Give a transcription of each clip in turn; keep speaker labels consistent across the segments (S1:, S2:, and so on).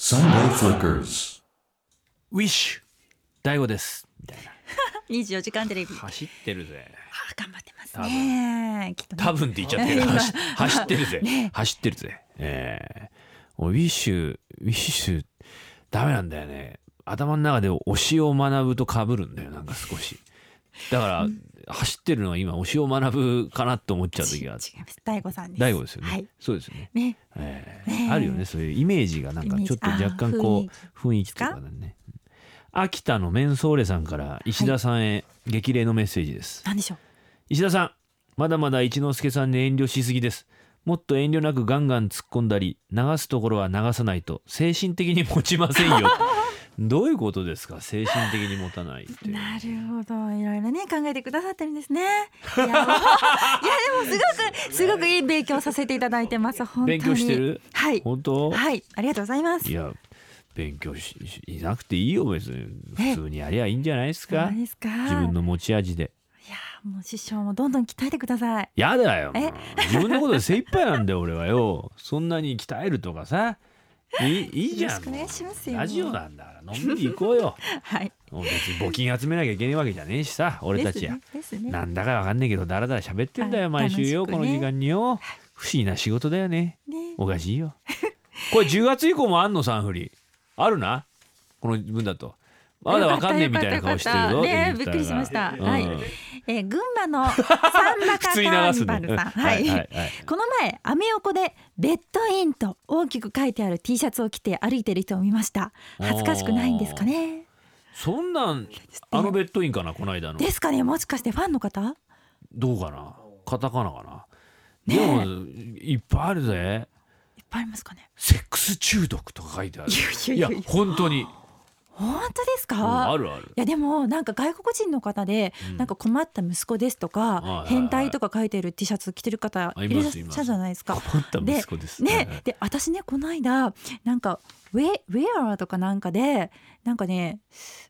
S1: Sunday Flickers.
S2: ウィッシュ大悟ですみたいな
S3: 24時間テレビ。あ
S2: 走ってるぜ
S3: 頑張ってますね。きっとね
S2: 多分って言っちゃってる
S3: ね
S2: 走走ってるぜ、
S3: ね
S2: 走ってるぜえー、もうウィッシュウィッシュダメなんだよね頭の中で推しを学ぶと被るんだよなんか少しだから、走ってるのは今推しを学ぶかなと思っちゃう
S3: ち違
S2: 時
S3: い
S2: があ
S3: ま
S2: る
S3: す。大悟さんです。
S2: 大悟ですよね、
S3: はい。
S2: そうですよね
S3: ね、
S2: ええ
S3: ねえ
S2: あるよねそういうイメージがなんか
S3: イメー
S2: ち
S3: ジ
S2: ょっと若干こう雰囲気とかだね秋田のメンソーレさんから石田さんへ激励のメッセージです、
S3: なんでしょう。
S2: 石田さんまだまだ一之輔さんに遠慮しすぎですもっと遠慮なくガンガン突っ込んだり流すところは流さないと精神的に持ちません よどういうことですか精神的に持たないって
S3: なるほど、いろいろね、考えてくださってるんで すね。いや、いやでも、すごく、すごくいい勉強させていただいてます。本当に。
S2: 勉強してる
S3: はい。
S2: 本当
S3: はい、ありがとうございます。
S2: いや勉強ししいなくていいよ別に
S3: え
S2: 普通にやりゃいいんじゃないです
S3: ど
S2: か
S3: うですか。
S2: 自分の持ち味で
S3: いや、もう師匠もどんどん鍛えてください。
S2: やだよも
S3: え
S2: う自分のことで精一杯なんだよ俺はよそんなに鍛えるとかさいいいいじゃん
S3: よろしくお願いしますよ
S2: もうラジオなんだからのんびり行こうよ
S3: はい。
S2: もう別に募金集めなきゃいけないわけじゃねえしさ俺たちや、
S3: ですね。ですね
S2: なんだかわかんねえけどだらだら喋ってんだよ
S3: は
S2: 毎
S3: い
S2: 週よ、
S3: 楽し
S2: この
S3: くね
S2: 時間によ不思議な仕事だよね
S3: ね
S2: おかしいよこれ10月以降もあんの3振りあるなこの分だとまだわかんねえみたいな顔してるぞ
S3: よかったよかったね
S2: ディレクターが
S3: びっくりしました
S2: うん
S3: はいえー群馬 のサンバカ
S2: 普
S3: カ
S2: 通に
S3: ー
S2: 流
S3: ニ
S2: す
S3: バ
S2: ね
S3: ルさん、
S2: は
S3: はいい、
S2: はいはい
S3: この前アメ横でベッドインと大きく書いてある T シャツを着て歩いてる人を見ました恥ずかしくないんですかね
S2: そんなんあのベッドインかなこの間の
S3: ですかねもしかしてファンの方
S2: どうかなカタカナかな
S3: ね
S2: で
S3: え
S2: もいっぱいあるぜ
S3: いっぱいありますかね
S2: セックス中毒とか書いてある
S3: い
S2: い
S3: や
S2: や
S3: いやいや
S2: 本当に
S3: 本当です
S2: うん
S3: か、
S2: あるある
S3: いやでもなんか外国人の方で
S2: うん
S3: なんか困った息子ですとか、
S2: いはいはい
S3: 変態とか書いてる T シャツ着てる方
S2: あい
S3: いらっ
S2: ま
S3: し
S2: すいます
S3: ゃるじゃないですか
S2: 困った息子ですはいはい
S3: ね、で私ねこの間なんかウェウェアとかなんかでなんかね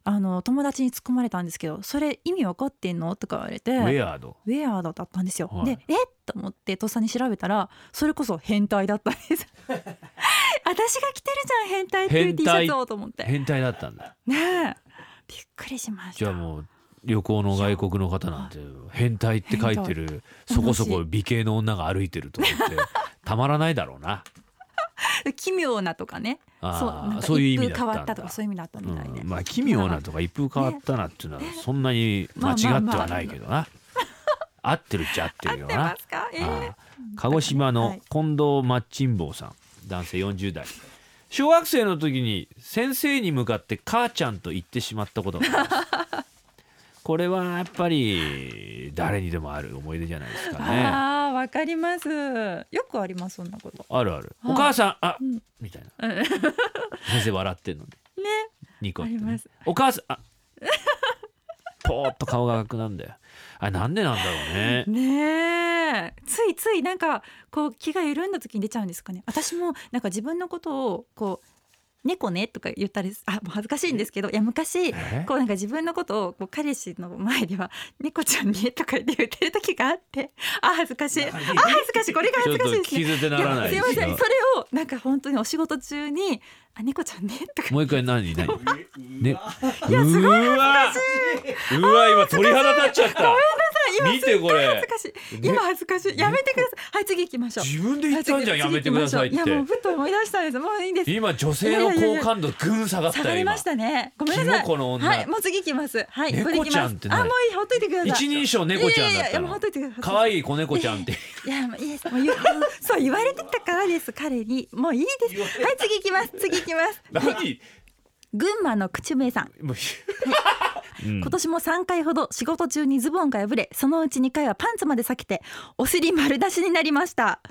S3: あの友達に突っ込まれたんですけど「それ意味わかってんの?」とか言われて
S2: ウ
S3: ウェ
S2: ェアード
S3: アだったんですよ。
S2: はい
S3: でえっと思ってとっさに調べたらそれこそ変態だったんです 私が着てるじゃん変態っていう
S2: 変
S3: T シ
S2: 態
S3: ャツをと思って
S2: 変態だったんだ
S3: ねえびっくりしました
S2: じゃあもう旅行の外国の方なんて変態って書いてるそこそこ美形の女が歩いてると思ってたまらないだろうな
S3: 奇妙なとかねそ
S2: あ
S3: うなん
S2: あ
S3: か
S2: そういう意味
S3: 一
S2: だ
S3: 風
S2: ったん
S3: 変
S2: だ
S3: わったとかそういう意味だったみたいで、
S2: うん、まあ奇妙なとか一風変わったなっていうのはそんなに間違ってはないけどな合ってるっちゃ合って
S3: 合っ
S2: る
S3: て
S2: よ
S3: ま
S2: な
S3: すか、え
S2: あ
S3: え
S2: あ鹿児島
S3: は
S2: の
S3: い
S2: 近藤マッチンボウさん男性40代小学生の時に先生に向かって母ちゃんと言ってしまったことがありますこれはやっぱり誰にでもある思い出じゃないですかね
S3: ああわかります。よくありますそんなこと。
S2: あるある
S3: はい
S2: お母さんあ、
S3: ん
S2: みたいな
S3: ね
S2: 先生笑ってんのねニコって、ね、
S3: あります
S2: お母さんあ ぽーっと顔が赤くなんだよあなんでなんだろうね
S3: ねえついついなんかこう気が緩んだ時に出ちゃうんですかね。私もなんか自分のことをこう。猫ねとか言ったりすあもう恥ずかしいんですけどいや昔
S2: え
S3: こうなんか自分のことをこう彼氏の前では「猫ちゃんね」とか言って言ってる時があってあ恥ずかしいあ恥ずかしいこれが
S2: ちょ
S3: 恥
S2: っ
S3: ずかしい
S2: と
S3: ですね
S2: 気づてならない
S3: い
S2: で
S3: や
S2: す
S3: すいませ
S2: よ
S3: んそれをなんか本当にお仕事中に「あ猫ちゃんね」とか
S2: もう一回何何ねうわうわ今鳥肌立っちゃった
S3: 今
S2: 見てこれ
S3: 恥ずかしい
S2: ね
S3: 今恥ずかしいやめてくださいはい次行きましょう
S2: 自分で言ったんじゃんやめてくださいっ
S3: やもう
S2: て
S3: ふっと思い出したんですもういいんです
S2: 今女性の好感度ぐん下がっ
S3: 下
S2: た
S3: が
S2: よ
S3: り
S2: 今
S3: ましたねごめんなさい
S2: キモこの女
S3: はいもう次行きますはいこれ行
S2: 猫
S3: き
S2: ちゃ
S3: ま
S2: んっ
S3: す
S2: て何
S3: あもういいほっといてください
S2: 一人称猫ちゃんだ
S3: いやいや
S2: っ
S3: いや
S2: た
S3: もうほ
S2: の
S3: っといてください
S2: 可愛い子猫ちゃんって
S3: いやもういいですもう言うそう言われてたからです彼にもういいですはい次行きます次行き ます
S2: 何
S3: 群馬の口笛さん
S2: もう
S3: 今年も3回ほど仕事中にズボンが破れそのうち2回はパンツまで裂けてお尻丸出しになりました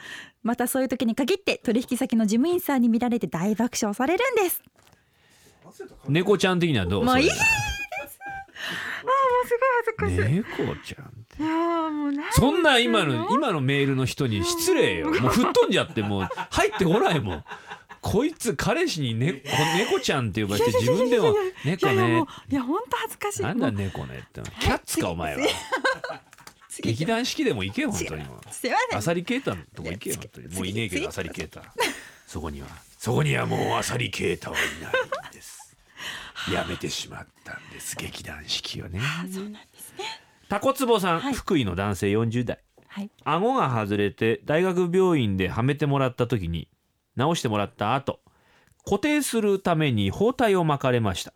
S3: またそういう時に限って取引先の事務員さんに見られて大爆笑されるんです
S2: 猫ちゃん的にはどう
S3: もういい
S2: それ
S3: ああもうすごい恥ずかしい、
S2: 猫ちゃんって
S3: いやーもう何
S2: そんな今の今のメールの人に失礼 よもう吹っ飛んじゃってもう入ってこないもんこいつ彼氏に、ね、こ猫ちゃんって呼ばれて自分でも猫
S3: いやいや
S2: ね
S3: もういや本当恥ずかしい
S2: なんだ
S3: もう
S2: 猫ねってキャッツかお前は
S3: 次
S2: 劇団四季でも行けよ本当にもう
S3: すいません
S2: アサリケータのとこ行けよ
S3: いや
S2: 本当にもういねえけ
S3: 次
S2: どアサリケータそこにはそこにはもうアサリケータはいないんです。やめてしまったんです劇団四季をね。
S3: そうなんですね。
S2: タコツボさん、
S3: はい
S2: 福井の男性40代。
S3: はい。
S2: 顎が外れて大学病院ではめてもらった時に直してもらった後固定するために包帯を巻かれました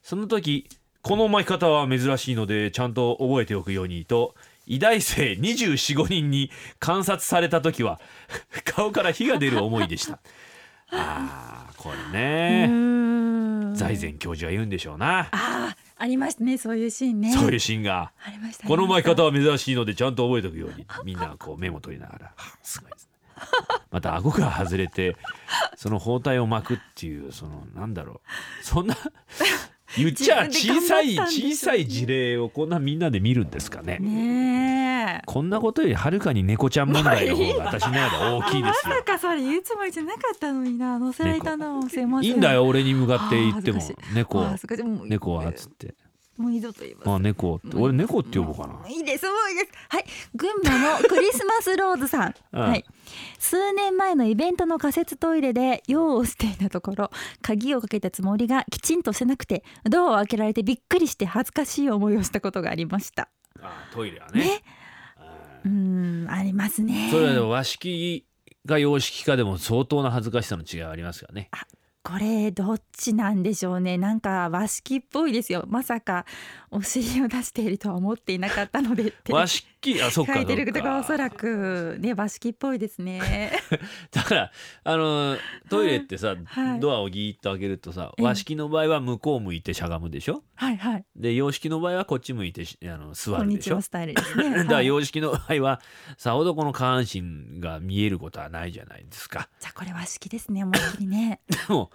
S2: その時この巻き方は珍しいのでちゃんと覚えておくようにと医大生245人に観察された時は 顔から火が出る思いでしたあーこれね財前教授は言うんでしょうな
S3: ああ、ありましたね。そういうシーンね。
S2: そういうシーンが。
S3: ありましたね。
S2: この巻き方は珍しいのでちゃんと覚えておくようにみんなこうメモ取りながらはあすごいですねまた顎が外れてその包帯を巻くっていうそのなんだろ うそんな言っちゃ
S3: 自
S2: 小
S3: 分で頑
S2: さ
S3: 張
S2: い
S3: ったんでしょうね
S2: 小さい事例をこんなみんなで見るんですかね
S3: ねえ。
S2: こんなことよりはるかに猫ちゃん問題の方が私の中では大きいで
S3: ます
S2: よ
S3: さかそれ言うつもりじゃなかったのにな乗せられたなすいません
S2: いいんだよ俺に向かって言っても
S3: あー恥ずか
S2: 猫
S3: あーそっかでも
S2: 猫はっつって
S3: もう二度と言い
S2: あ
S3: ま
S2: 猫って俺猫って呼ぼうかな
S3: すいいですもういいですはい群馬のクリスマスローズさん、
S2: うん
S3: はい数年前のイベントの仮設トイレで用をしていたところ鍵をかけたつもりがきちんとしてなくてドアを開けられてびっくりして恥ずかしい思いをしたことがありました
S2: あトイレは
S3: ね
S2: ね
S3: うーんありますね
S2: それはでも和式か洋式かでも相当な恥ずかしさの違いはありますからね。
S3: これどっちなんでしょうねなんか和式っぽいですよまさかお尻を出しているとは思っていなかったのでって
S2: 和式あそっか
S3: 書いてる
S2: そっ
S3: こと
S2: か
S3: がおそらくね和式っぽいで すね
S2: だからあのトイレってさ、
S3: はい
S2: ドアをギーッと開けるとさ
S3: ええ
S2: 和式の場合は向こう向いてしゃがむでしょ
S3: はいはい
S2: で洋式の場合はこっち向いてしあの座
S3: こん
S2: る
S3: に
S2: でし
S3: ち
S2: ょ
S3: はスタイルで すね
S2: だから
S3: はい
S2: 洋式の場合はさほどこの下半身が見えることはないじゃないですか。
S3: じゃあこれ和式ですね思いっきりね
S2: でも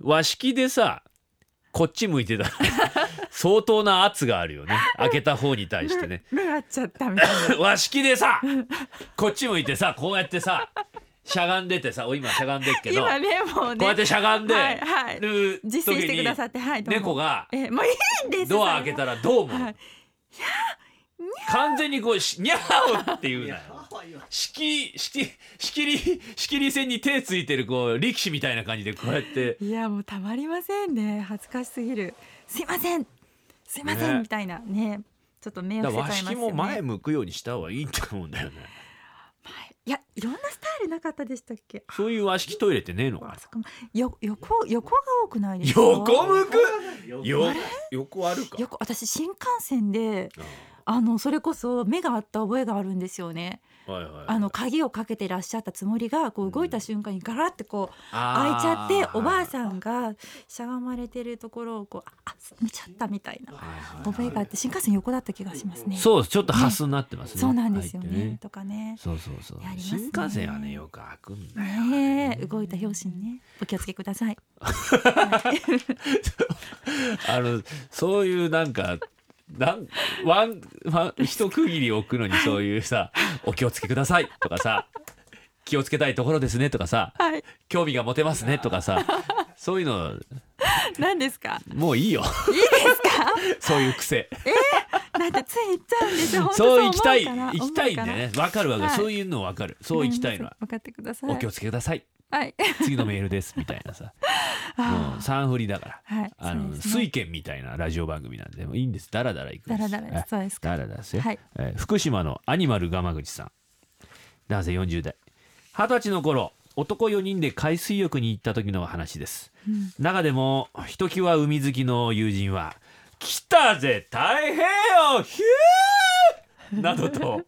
S2: 和式でさこっち向いてたら相当な圧があるよね開けた方に対して ね。
S3: 目合っちゃったみたいな
S2: 和式でさこっち向いてさこうやってさしゃがんでてさお今しゃがんでっけど、
S3: 今
S2: こ
S3: ねもう
S2: うやっ
S3: ね
S2: てしゃがんで
S3: はいはい
S2: る
S3: 実践してくださ
S2: 時
S3: ってはい
S2: に猫
S3: が
S2: が
S3: えもういいんです
S2: ドア開けたらどう
S3: は
S2: も
S3: い
S2: 完全にこうしにゃーおって言うなよ。しきしきしきりしきり線に手ついてるこう力士みたいな感じでこうや って
S3: いやもうたまりませんね恥ずかしすぎるすいませんすいません、
S2: ね
S3: みたいなねちょっと目を
S2: だから
S3: 伏
S2: 和
S3: せちゃ
S2: 式
S3: いますよ
S2: も
S3: ね
S2: 前向くようにした方がいいと思うんだよね。
S3: いやいろんなスタイルなかったでしたっけ
S2: そういう和式トイレってねえのかな
S3: あ。そこもよ横横が多くないですか
S2: 横向くよ横あるか。
S3: 横私新幹線であのそれこそ目があった覚えがあるんですよね
S2: あはいはい
S3: あの鍵をかけてらっしゃったつもりがこ
S2: う
S3: うん動いた瞬間にガラッてこう開いちゃ
S2: あー
S3: っておばあさんがしゃがまれてるところをこうああ見ちゃったみたいな
S2: はいはいはい
S3: 覚えがあって新幹線横だった気がしますね
S2: そうちょっとハスになってますね。
S3: そうなんですよね
S2: 入って
S3: とかね
S2: そうそうそう
S3: や。ります
S2: 新
S3: ね
S2: 幹線はねよく開くんだよ。
S3: ねえ動いた拍子にねお気をつけください
S2: あのそういうなんか。なんワンワン一区切り置くのにそういうさ「お気をつけください」とかさ「気をつけたいところですね」とかさ
S3: はい
S2: 「興味が持てますね」とかさそういうの
S3: 何ですか
S2: もういいよ
S3: いいですか
S2: そういう癖
S3: なんてつい行っちゃう んですよ。本当
S2: そう
S3: 思
S2: 行きたい
S3: から
S2: 行きたいんだよ。ねわかるわかる
S3: はい
S2: そういうのわかるそう行きたいのは
S3: 分かってく
S2: 「
S3: ださい。
S2: お気をつけください
S3: はい。
S2: 次のメールです」みたいな さも
S3: あ
S2: う三振りだから。
S3: ーはい。
S2: あの、
S3: そうで
S2: 水県みたいなラジオ番組なんで、もういいんです。ダラダラ行くんです。
S3: ダラダラ
S2: はい
S3: そうですか
S2: ダラダラですよ。
S3: はい
S2: えー福島のアニマルガ口さん。男性40代。二十歳の頃、男4人で海水浴に行った時の話です。中でも、ひときわ海好きの友人は、来たぜ太平洋ヒューなどと、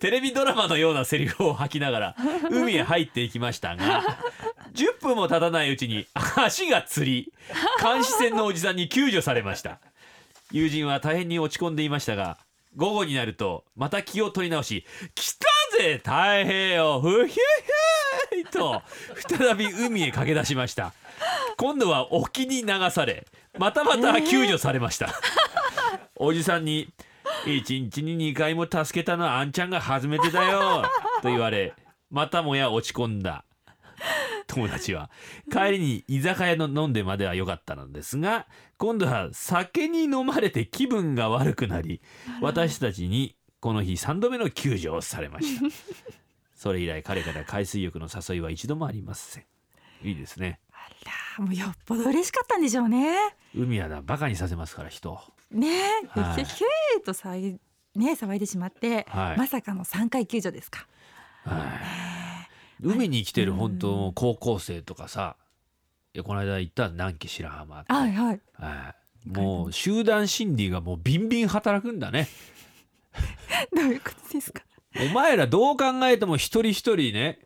S2: テレビドラマのようなセリフを吐きながら、海へ入っていきましたが、10分も経たないうちに足がつり監視船のおじさんに救助されました友人は大変に落ち込んでいましたが午後になるとまた気を取り直し「来たぜ太平洋ふひゅひゅい!」と再び海へ駆け出しました今度は沖に流されまたまた救助されました、おじさんに「一日に2回も助けたのはあんちゃんが初めてだよ」と言われまたもや落ち込んだ友達は帰りに居酒屋の飲んでまでは良かったのですが今度は酒に飲まれて気分が悪くなり私たちにこの日3度目の救 助をされましたそれ以来彼から海水浴の誘いは一度もありませんいいですね
S3: あらもうよっぽど嬉しかったんでしょうね
S2: 海はなバカにさせますから人を
S3: ねえ、
S2: はい
S3: ひゅひゅーとさいね騒いでしまって、
S2: はい
S3: まさかの三回救助ですか
S2: はい海に来てる本当の高校生とかさいやこの間行った南紀白浜って、
S3: はいはい
S2: はいもう集団心理がもうビンビン働くんだね
S3: どういうことですか
S2: お前らどう考えても一人一人ね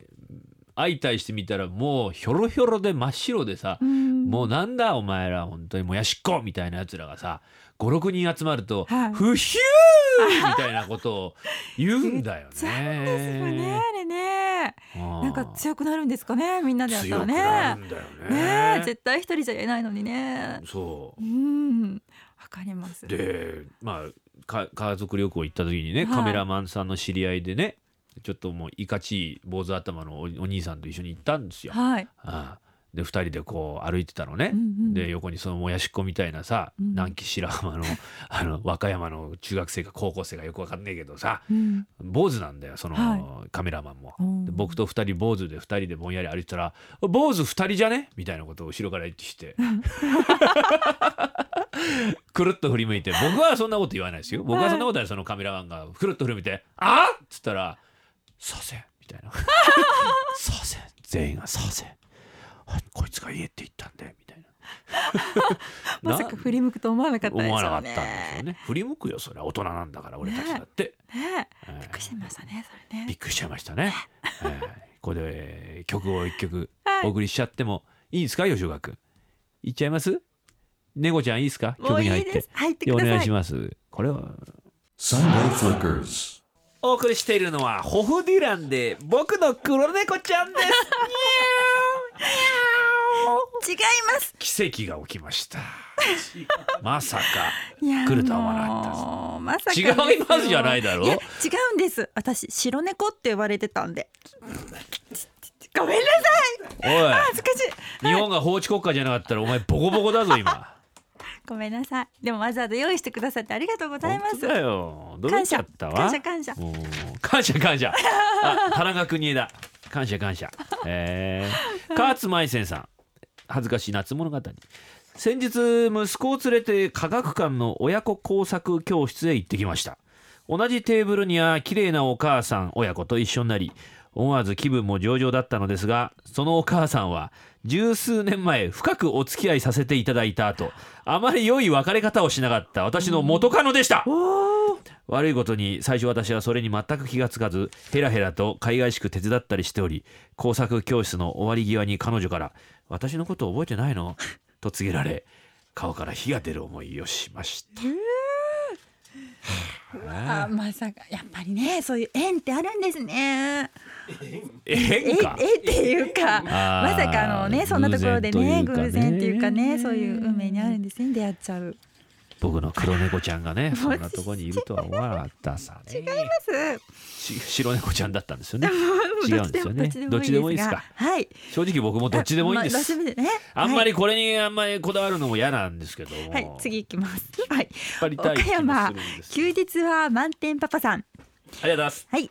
S2: 相対してみたらもうひょろひょろで真っ白でさ、
S3: うん
S2: もうなんだお前ら本当にもやしっこみたいなやつらがさ56人集まると
S3: は
S2: 「
S3: い
S2: ふひゅー!」みたいなことを言うんだよ
S3: そうですよね
S2: ね。
S3: あれね
S2: うん
S3: なんか強くなるんですかねみんなでやった
S2: 強
S3: ら
S2: くな
S3: ね
S2: るんだよ
S3: ね
S2: ね。
S3: 絶対一人じゃ言えないのにね
S2: そう
S3: うんわかります
S2: でまあか家族旅行行った時にね
S3: はい
S2: カメラマンさんの知り合いでね、ちょっともういかちい坊主頭のおお兄さんと一緒に行ったんですよ。
S3: はい
S2: ああで2人でこう歩いてたのね、
S3: うんうん
S2: で横にそのもやしっこみたいなさ、
S3: うん
S2: 南紀白浜のあの和歌山の中学生か高校生かよくわかんねえけどさ
S3: うん
S2: 坊主なんだよその、
S3: は
S2: カメラマンも。
S3: うん
S2: で僕と2人坊主で2人でぼんやり歩いてたら「坊主2人じゃね?」みたいなことを後ろから言ってき てくるっと振り向いて僕はそんなこと言わないですよ僕はそんなことはそのカメラマンがくるっと振り向いて「あっ!」っつったら「左遷」み たいな「左遷」全員が左遷あこいつが家って言ったんでみたいな
S3: まさか振り向くと思わなかったです
S2: 思
S3: よ
S2: わ
S3: ね
S2: なかったんですよね振り向くよそれは大人なんだから俺たちだって、
S3: ね
S2: えー
S3: びっくりしましたねそれ
S2: び
S3: ね
S2: っくりしちゃいました ね。えーここでえー曲を一曲
S3: はい
S2: お送りしちゃってもいいですか、吉岡君。いっちゃいます。猫ちゃんいいですか。
S3: も
S2: 曲
S3: う
S2: に
S3: い
S2: 入っ
S3: い
S2: て。
S3: です入って
S2: で
S3: く
S2: お
S3: ださい
S2: 願いします。これは。
S1: Sunday Flickers.
S2: お送りしているのはホフディランで僕の黒猫ちゃん です。
S3: 違います
S2: 奇跡が起きました。まさか。
S3: いや
S2: 来るとは思わなかったです
S3: もうまさかですよ
S2: 違いますじゃないだろ
S3: いや違うんです私白猫って呼ばれてたんでごめんなさい
S2: お
S3: 恥ずかし
S2: い。
S3: い
S2: 日本が法治国家じゃなかったらお前ボコボコだぞ今。
S3: ごめんなさいでもわざわざ用意してくださってありがとうございま
S2: 本当
S3: す
S2: だよ。驚い
S3: 感
S2: ちゃ
S3: 謝
S2: ったわ。
S3: 感謝感謝
S2: もう感謝感謝あ田中邦枝感謝感謝えー、勝舞仙さん恥ずかしい夏物語先日息子を連れて科学館の親子工作教室へ行ってきました同じテーブルには綺麗なお母さん親子と一緒になり思わず気分も上々だったのですがそのお母さんは十数年前深くお付き合いさせていただいた後あまり良い別れ方をしなかった私の元カノでした、悪いことに最初私はそれに全く気がつかずヘラヘラと海外しく手伝ったりしており工作教室の終わり際に彼女から「私のこと覚えてないの?」と告げられ顔から火が出る思いをしました。
S3: あまさかやっぱりねそういう縁ってあるんですね
S2: ええん
S3: え
S2: か
S3: えっていうか
S2: あー
S3: まさかあのねそんなところでね
S2: 偶
S3: 偶
S2: 然
S3: 然
S2: というかね
S3: っていうかねそういう運命にあるんですね出会っちゃう
S2: 僕の黒猫ちゃんがねそんなとこにいるとは思わなかったさね。
S3: です
S2: し白猫ちゃんだったんですよね。 違うんですよ ね。ど
S3: ど
S2: っ
S3: っ
S2: ちで
S3: ちで
S2: も
S3: も
S2: い
S3: い
S2: いで
S3: いですす
S2: か
S3: が。はい
S2: 正直僕もどっちでもいいんで
S3: まあどっ
S2: す
S3: ち。でもね
S2: あんま
S3: り
S2: りこれにあんまりこだわるのも嫌なんですけども。
S3: はい次行きますはい
S2: 引っ張りたい
S3: 岡
S2: 気も
S3: 山
S2: するんですけど
S3: 休日は満点パパさん
S2: ありがとうございます。
S3: はい、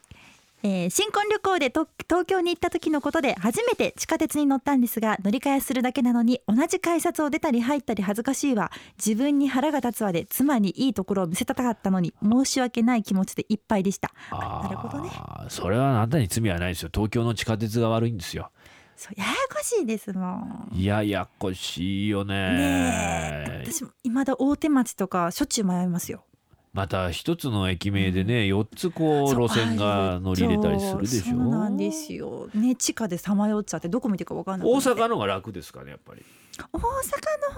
S3: えー新婚旅行でと東京に行った時のことで初めて地下鉄に乗ったんですが乗り換えするだけなのに同じ改札を出たり入ったり恥ずかしいわ自分に腹が立つわで妻にいいところを見せたかったのに申し訳ない気持ちでいっぱいでしたあなるほどね
S2: あーそれはあなたに罪はないですよ。東京の地下鉄が悪いんですよ。
S3: そうややこしいですもん
S2: いやややこしいよね。
S3: ねえ私も未だ大手町とかしょっちゅう迷いますよ
S2: また一つの駅名でね、四つこう
S3: そう
S2: 路線が乗り入れたりするでしょ。
S3: そうなんですよね地下でさまよっちゃってどこ見てるかわかんない
S2: 大阪の方が楽ですかねやっぱり。
S3: 大阪の方が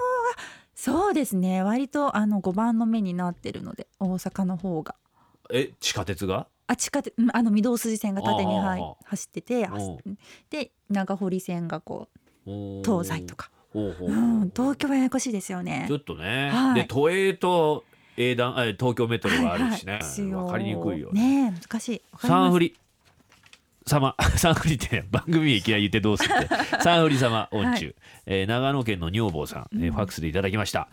S3: そうですね割とあの5番の目になってるので大阪の方が
S2: え地下鉄が？
S3: あ地下鉄うんあの御堂筋線が縦に、
S2: ああ
S3: はい
S2: ああ
S3: 走ってて
S2: おう
S3: で長堀線がこう東
S2: 東
S3: 西と。か、
S2: ほうほう
S3: う、
S2: ほうん
S3: 東京はややこしいですよね
S2: ちょっとね。
S3: はい
S2: で都営と営団あ東京メトロがあるしね。わ、
S3: ですよ
S2: かりにくいよね
S3: ねえ難しいわかります
S2: サンフリ様 サンフリって番組名いきなり言ってどうするって サンフリ様御中、えー長野県の女房さん、えーファックスでいただきました、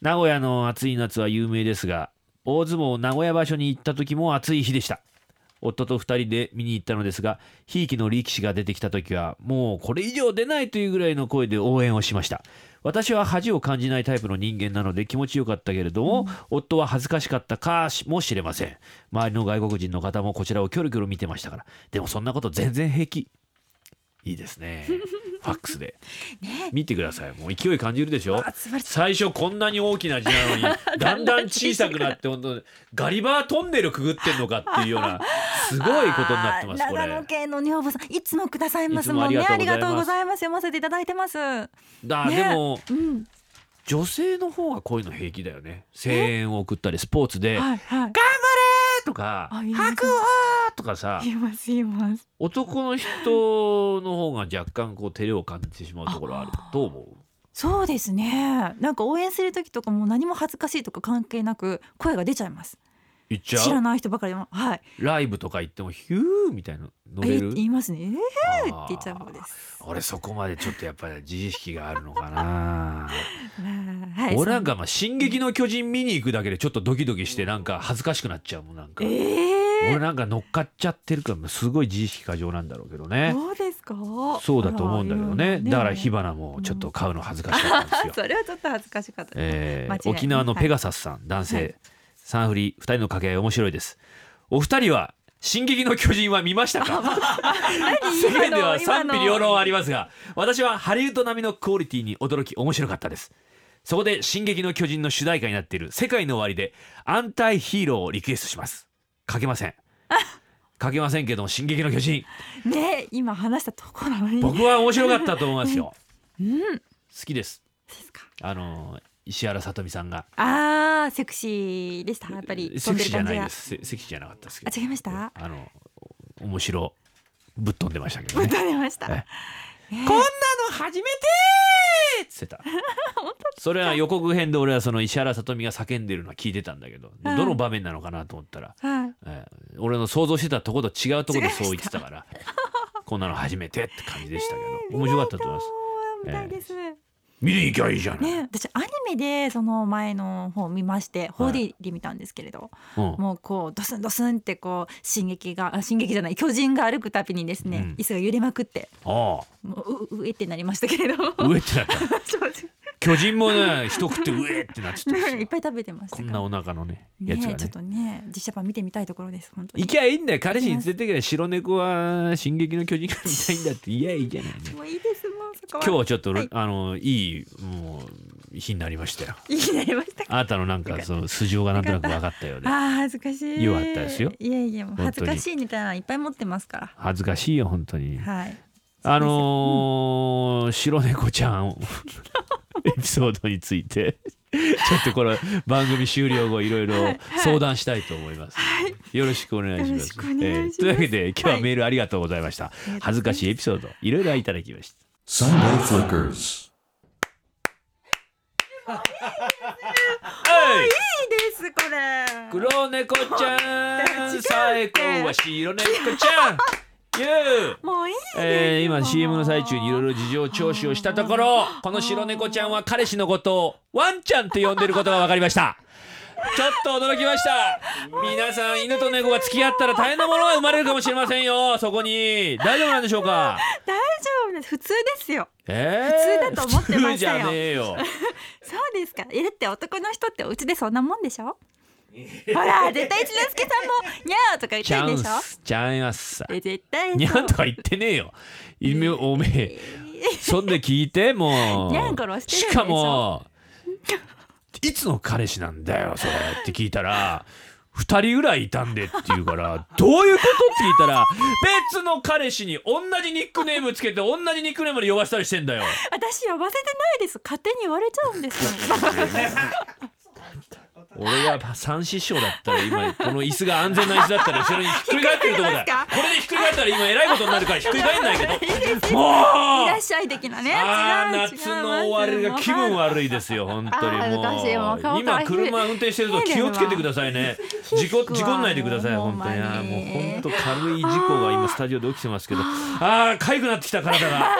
S2: 名古屋の暑い夏は有名ですが大相撲名古屋場所に行った時も暑い日でした夫と2人で見に行ったのですがひいきの力士が出てきた時はもうこれ以上出ないというぐらいの声で応援をしました私は恥を感じないタイプの人間なので気持ちよかったけれども、夫は恥ずかしかったかもしれません周りの外国人の方もこちらをキョロキョロ見てましたからでもそんなこと全然平気いいです ねファックスで
S3: ね
S2: 見てくださいもう勢い感じるでしょ
S3: あ素晴らしい
S2: 最初こんなに大きな字なのに だんだん小さくなって本当にガリバートンネルくぐってんのかっていうよう なすごいことになってます
S3: あー
S2: こ
S3: 長野
S2: れ
S3: 県の女房さんいつもくださいます
S2: いつも
S3: も
S2: あ
S3: ん
S2: り
S3: ね
S2: がとうございます
S3: ありがとうございます読ませていただいてます
S2: だ、
S3: ね
S2: でも
S3: うん
S2: 女性の方がこういうの平気だよね声援を送ったりスポーツで
S3: はいはい
S2: 「とか
S3: あ
S2: 「
S3: いいですね
S2: 白鵬!」とかさ
S3: 言います言います
S2: 男の人の方が若干こう照れを感じてしまうところはある
S3: あー
S2: どう思
S3: そうですねなんか応援する時とかも何も恥ずかしいとか関係なく声が出ちゃいます
S2: ういっち
S3: 知
S2: ゃ
S3: ら
S2: う
S3: ない人ばかりもはい
S2: ライブとか行っても「ヒュー!」みたいな乗れ
S3: え
S2: る
S3: 言いますねえー
S2: あー
S3: って言っちゃう方です
S2: 俺そこまでちょっとやっぱり自意識があるのかな
S3: はい
S2: 俺なんかまあ「進撃の巨人」見に行くだけでちょっとドキドキしてなんか恥ずかしくなっちゃうもんなんか
S3: えー
S2: 俺なんか乗っかっちゃってるからすごい自意識過剰なんだろうけどね
S3: そうですか
S2: そうだと思うんだけど
S3: あら
S2: ね
S3: いろいろ
S2: だから火花もちょっと買うの恥ずかしかったんですよ、
S3: それはちょっと恥ずかしかったです
S2: えー
S3: 間違いない
S2: 沖縄のペガサスさん、男
S3: は
S2: 性
S3: い
S2: サンフリ2人の掛け合い面白いですお二人は「進撃の巨人」は見ましたか世界では賛否両論ありますが私はハリウッド並みのクオリティに驚き面白かったですそこで「進撃の巨人」の主題歌になっている「世界の終わり」で「アンタイヒーロー」をリクエストします書けません書けませんけども「進撃の巨人
S3: ね今話したところなの」に
S2: 僕は面白かったと思いますよ
S3: うん
S2: 好きです
S3: ですか
S2: あの石原さとみさんが
S3: あーセクシーでしたやっぱり
S2: セ
S3: 飛ん
S2: ク
S3: で
S2: シー
S3: る
S2: じゃ
S3: 感
S2: な
S3: じ
S2: い
S3: が
S2: で
S3: あ
S2: すセセクシーじゃなかったですけど
S3: 違いました
S2: あの面白ぶっ飛んでましたけど
S3: 本
S2: ね
S3: 当出ました
S2: え
S3: えー
S2: こんなの初めてーっつって たそれは予告編で俺はその石原さとみが叫んでるのは聞いてたんだけど、
S3: うん
S2: どの場面なのかなと思ったら、
S3: はい
S2: えー俺の想像してたとこと違うとこでそう言
S3: 違いました
S2: ってたから こんなの初めてって感じでしたけど面白かったと思います
S3: 見たいです、
S2: 見に行きゃいいじゃない、
S3: ね私アニメでその前の方を見まして
S2: はい
S3: 4D で見たんですけれど、
S2: うん、
S3: もうこうドスンドスンってこう進撃があ進撃じゃない巨人が歩くたびにですね、
S2: うん
S3: 椅子が揺れまくって
S2: あ
S3: もうううえってなりましたけれど
S2: あ上ってなった
S3: 正直
S2: 巨人もね一食って上ってなっちゃったん です
S3: いっ
S2: よ
S3: ぱい食べてました
S2: こ
S3: から
S2: んなお腹のねや
S3: ね
S2: つがね
S3: ちょっとね実写版見てみたいところです本当に
S2: 行きゃいいんだよ彼氏に連れてけば白猫は「進撃の巨人」が見たいんだって言えばいいじゃないね
S3: もういいですもうそこは
S2: 今日はちょっと、
S3: はい
S2: あのいいもう日になりましたよ。
S3: いい日になりましたか
S2: あなたのなんかその素性がなんとなく分かったよう
S3: あ
S2: で
S3: ー恥ずかしい
S2: よかったですよ
S3: いやいやもう恥ず
S2: 本当
S3: か
S2: に
S3: しいみたいなのいっぱい持ってますか
S2: 恥ずかしいよ本当に
S3: ら。はい
S2: あのー白猫ちゃん エピソードについてちょっとこれ番組終了後いろいろ相談したいと思います、よろしくお願いします
S3: よろしくお願いします
S2: というわけで今日ははいメールありがとうございました、
S3: りがとうございます
S2: 恥ずかしいエピソードいろいろいただきました
S1: Sunday Flickers.
S2: はい
S3: いいですこれ
S2: 黒猫ちゃん最高は白猫ち ゃん You!
S3: もういいですよ
S2: えー今 CM の最中にいろいろ事情聴取をしたところこの白猫ちゃんは彼氏のことをワンちゃんって呼んでることが分かりましたちょっと驚きました皆さん犬と猫が付き合ったら大変なものが生まれるかもしれませんよそこに大丈夫なんでしょうか
S3: 大丈夫です普通ですよ
S2: えー、
S3: 普通だと思ってましたよ
S2: 普通じゃねえ よ
S3: そうですかえだって男の人ってお家でそんなもんでしょほら絶対一之輔さんもニャーとか言っ
S2: チ
S3: て
S2: ャ
S3: る
S2: ン
S3: でしょ
S2: スチャンアスさ
S3: え絶 対
S2: にゃ
S3: そうん
S2: とか言ってねえよいめおめえそんで聞いてもう
S3: ニャン殺してるんでしょ
S2: かもいつの彼氏なんだよそれって聞いたら2人ぐらいいたんでって言うからどういうことって聞いたら別の彼氏に同じニックネームつけて同じニックネームで呼ばせたりしてんだよ
S3: 私呼ばせてないです勝手に言われちゃうんです よ
S2: 俺が三師匠だったら今この椅子が安全な椅子だったら後ろにひっくり返ってるとこだ
S3: ひっ
S2: こ
S3: くり返ります
S2: れでひっくり返ったら今えらいことになるからひっくり返んないけども
S3: いうらっしゃい的なね
S2: あ
S3: 違
S2: ー
S3: う違う
S2: 夏の終わりが気分悪いですよ本当に
S3: あー
S2: も
S3: 恥ずかしいもう
S2: う
S3: 顔か
S2: 今
S3: わいい
S2: 車運転してると気をつけてくださいね事故事故んないでください
S3: もう
S2: 本当にあーも
S3: ほんま
S2: う
S3: に
S2: 本当軽い事故が今スタジオで起きてますけどあーかゆくなってきた体が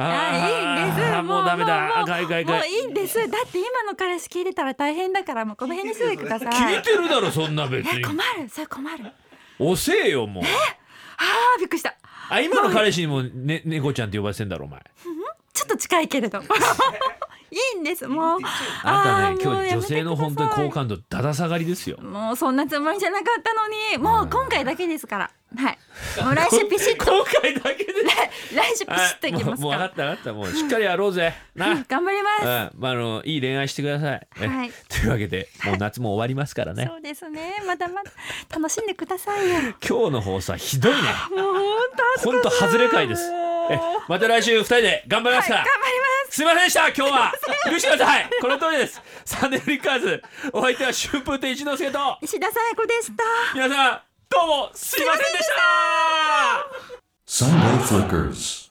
S3: あいいんです
S2: ーもうダメだかゆいかゆい
S3: も
S2: か
S3: う
S2: ゆい
S3: いいんですだって今の彼氏聞いてたら大変だからもうこの辺にしててください
S2: 聞いてるだろそんな別に
S3: 困るそれ困る
S2: 遅えよもう
S3: あーびっくりした
S2: あ今の彼氏にも、ね、猫ちゃんって呼ばせてんだろお前
S3: ちょっと近いけれど いいんですもう
S2: あ
S3: ー
S2: んたね
S3: も
S2: 今
S3: う
S2: 日
S3: やめ
S2: 女
S3: て
S2: 性の
S3: ください
S2: 本当に好感度だだ下がりですよ
S3: もうそんなつもりじゃなかったのにもう今回だけですからはいもう来週ピシッと
S2: 今回だけで
S3: 来週ピシッといき
S2: も
S3: ま
S2: う
S3: す
S2: もう分か
S3: か
S2: らった分かったもうしっかりやろうぜな、
S3: うん頑張ります
S2: うんまあ、あのいい恋愛してください。え
S3: はい
S2: というわけでもう夏も終わりますからね
S3: そうですねまだまだ楽しんでくださ いよもう
S2: 今日の放送はひどいね
S3: 本当
S2: ほんと外れ会です
S3: もう
S2: えまた来週二人で頑張りますから、
S3: 頑張ります
S2: すいませんでした今日は許してくださいこの通りですサンデーフリッカーズお相手は春風亭一之輔と
S3: 石田さや子でした
S2: 皆さんどうもすいませんでした
S1: Sunday Flickers.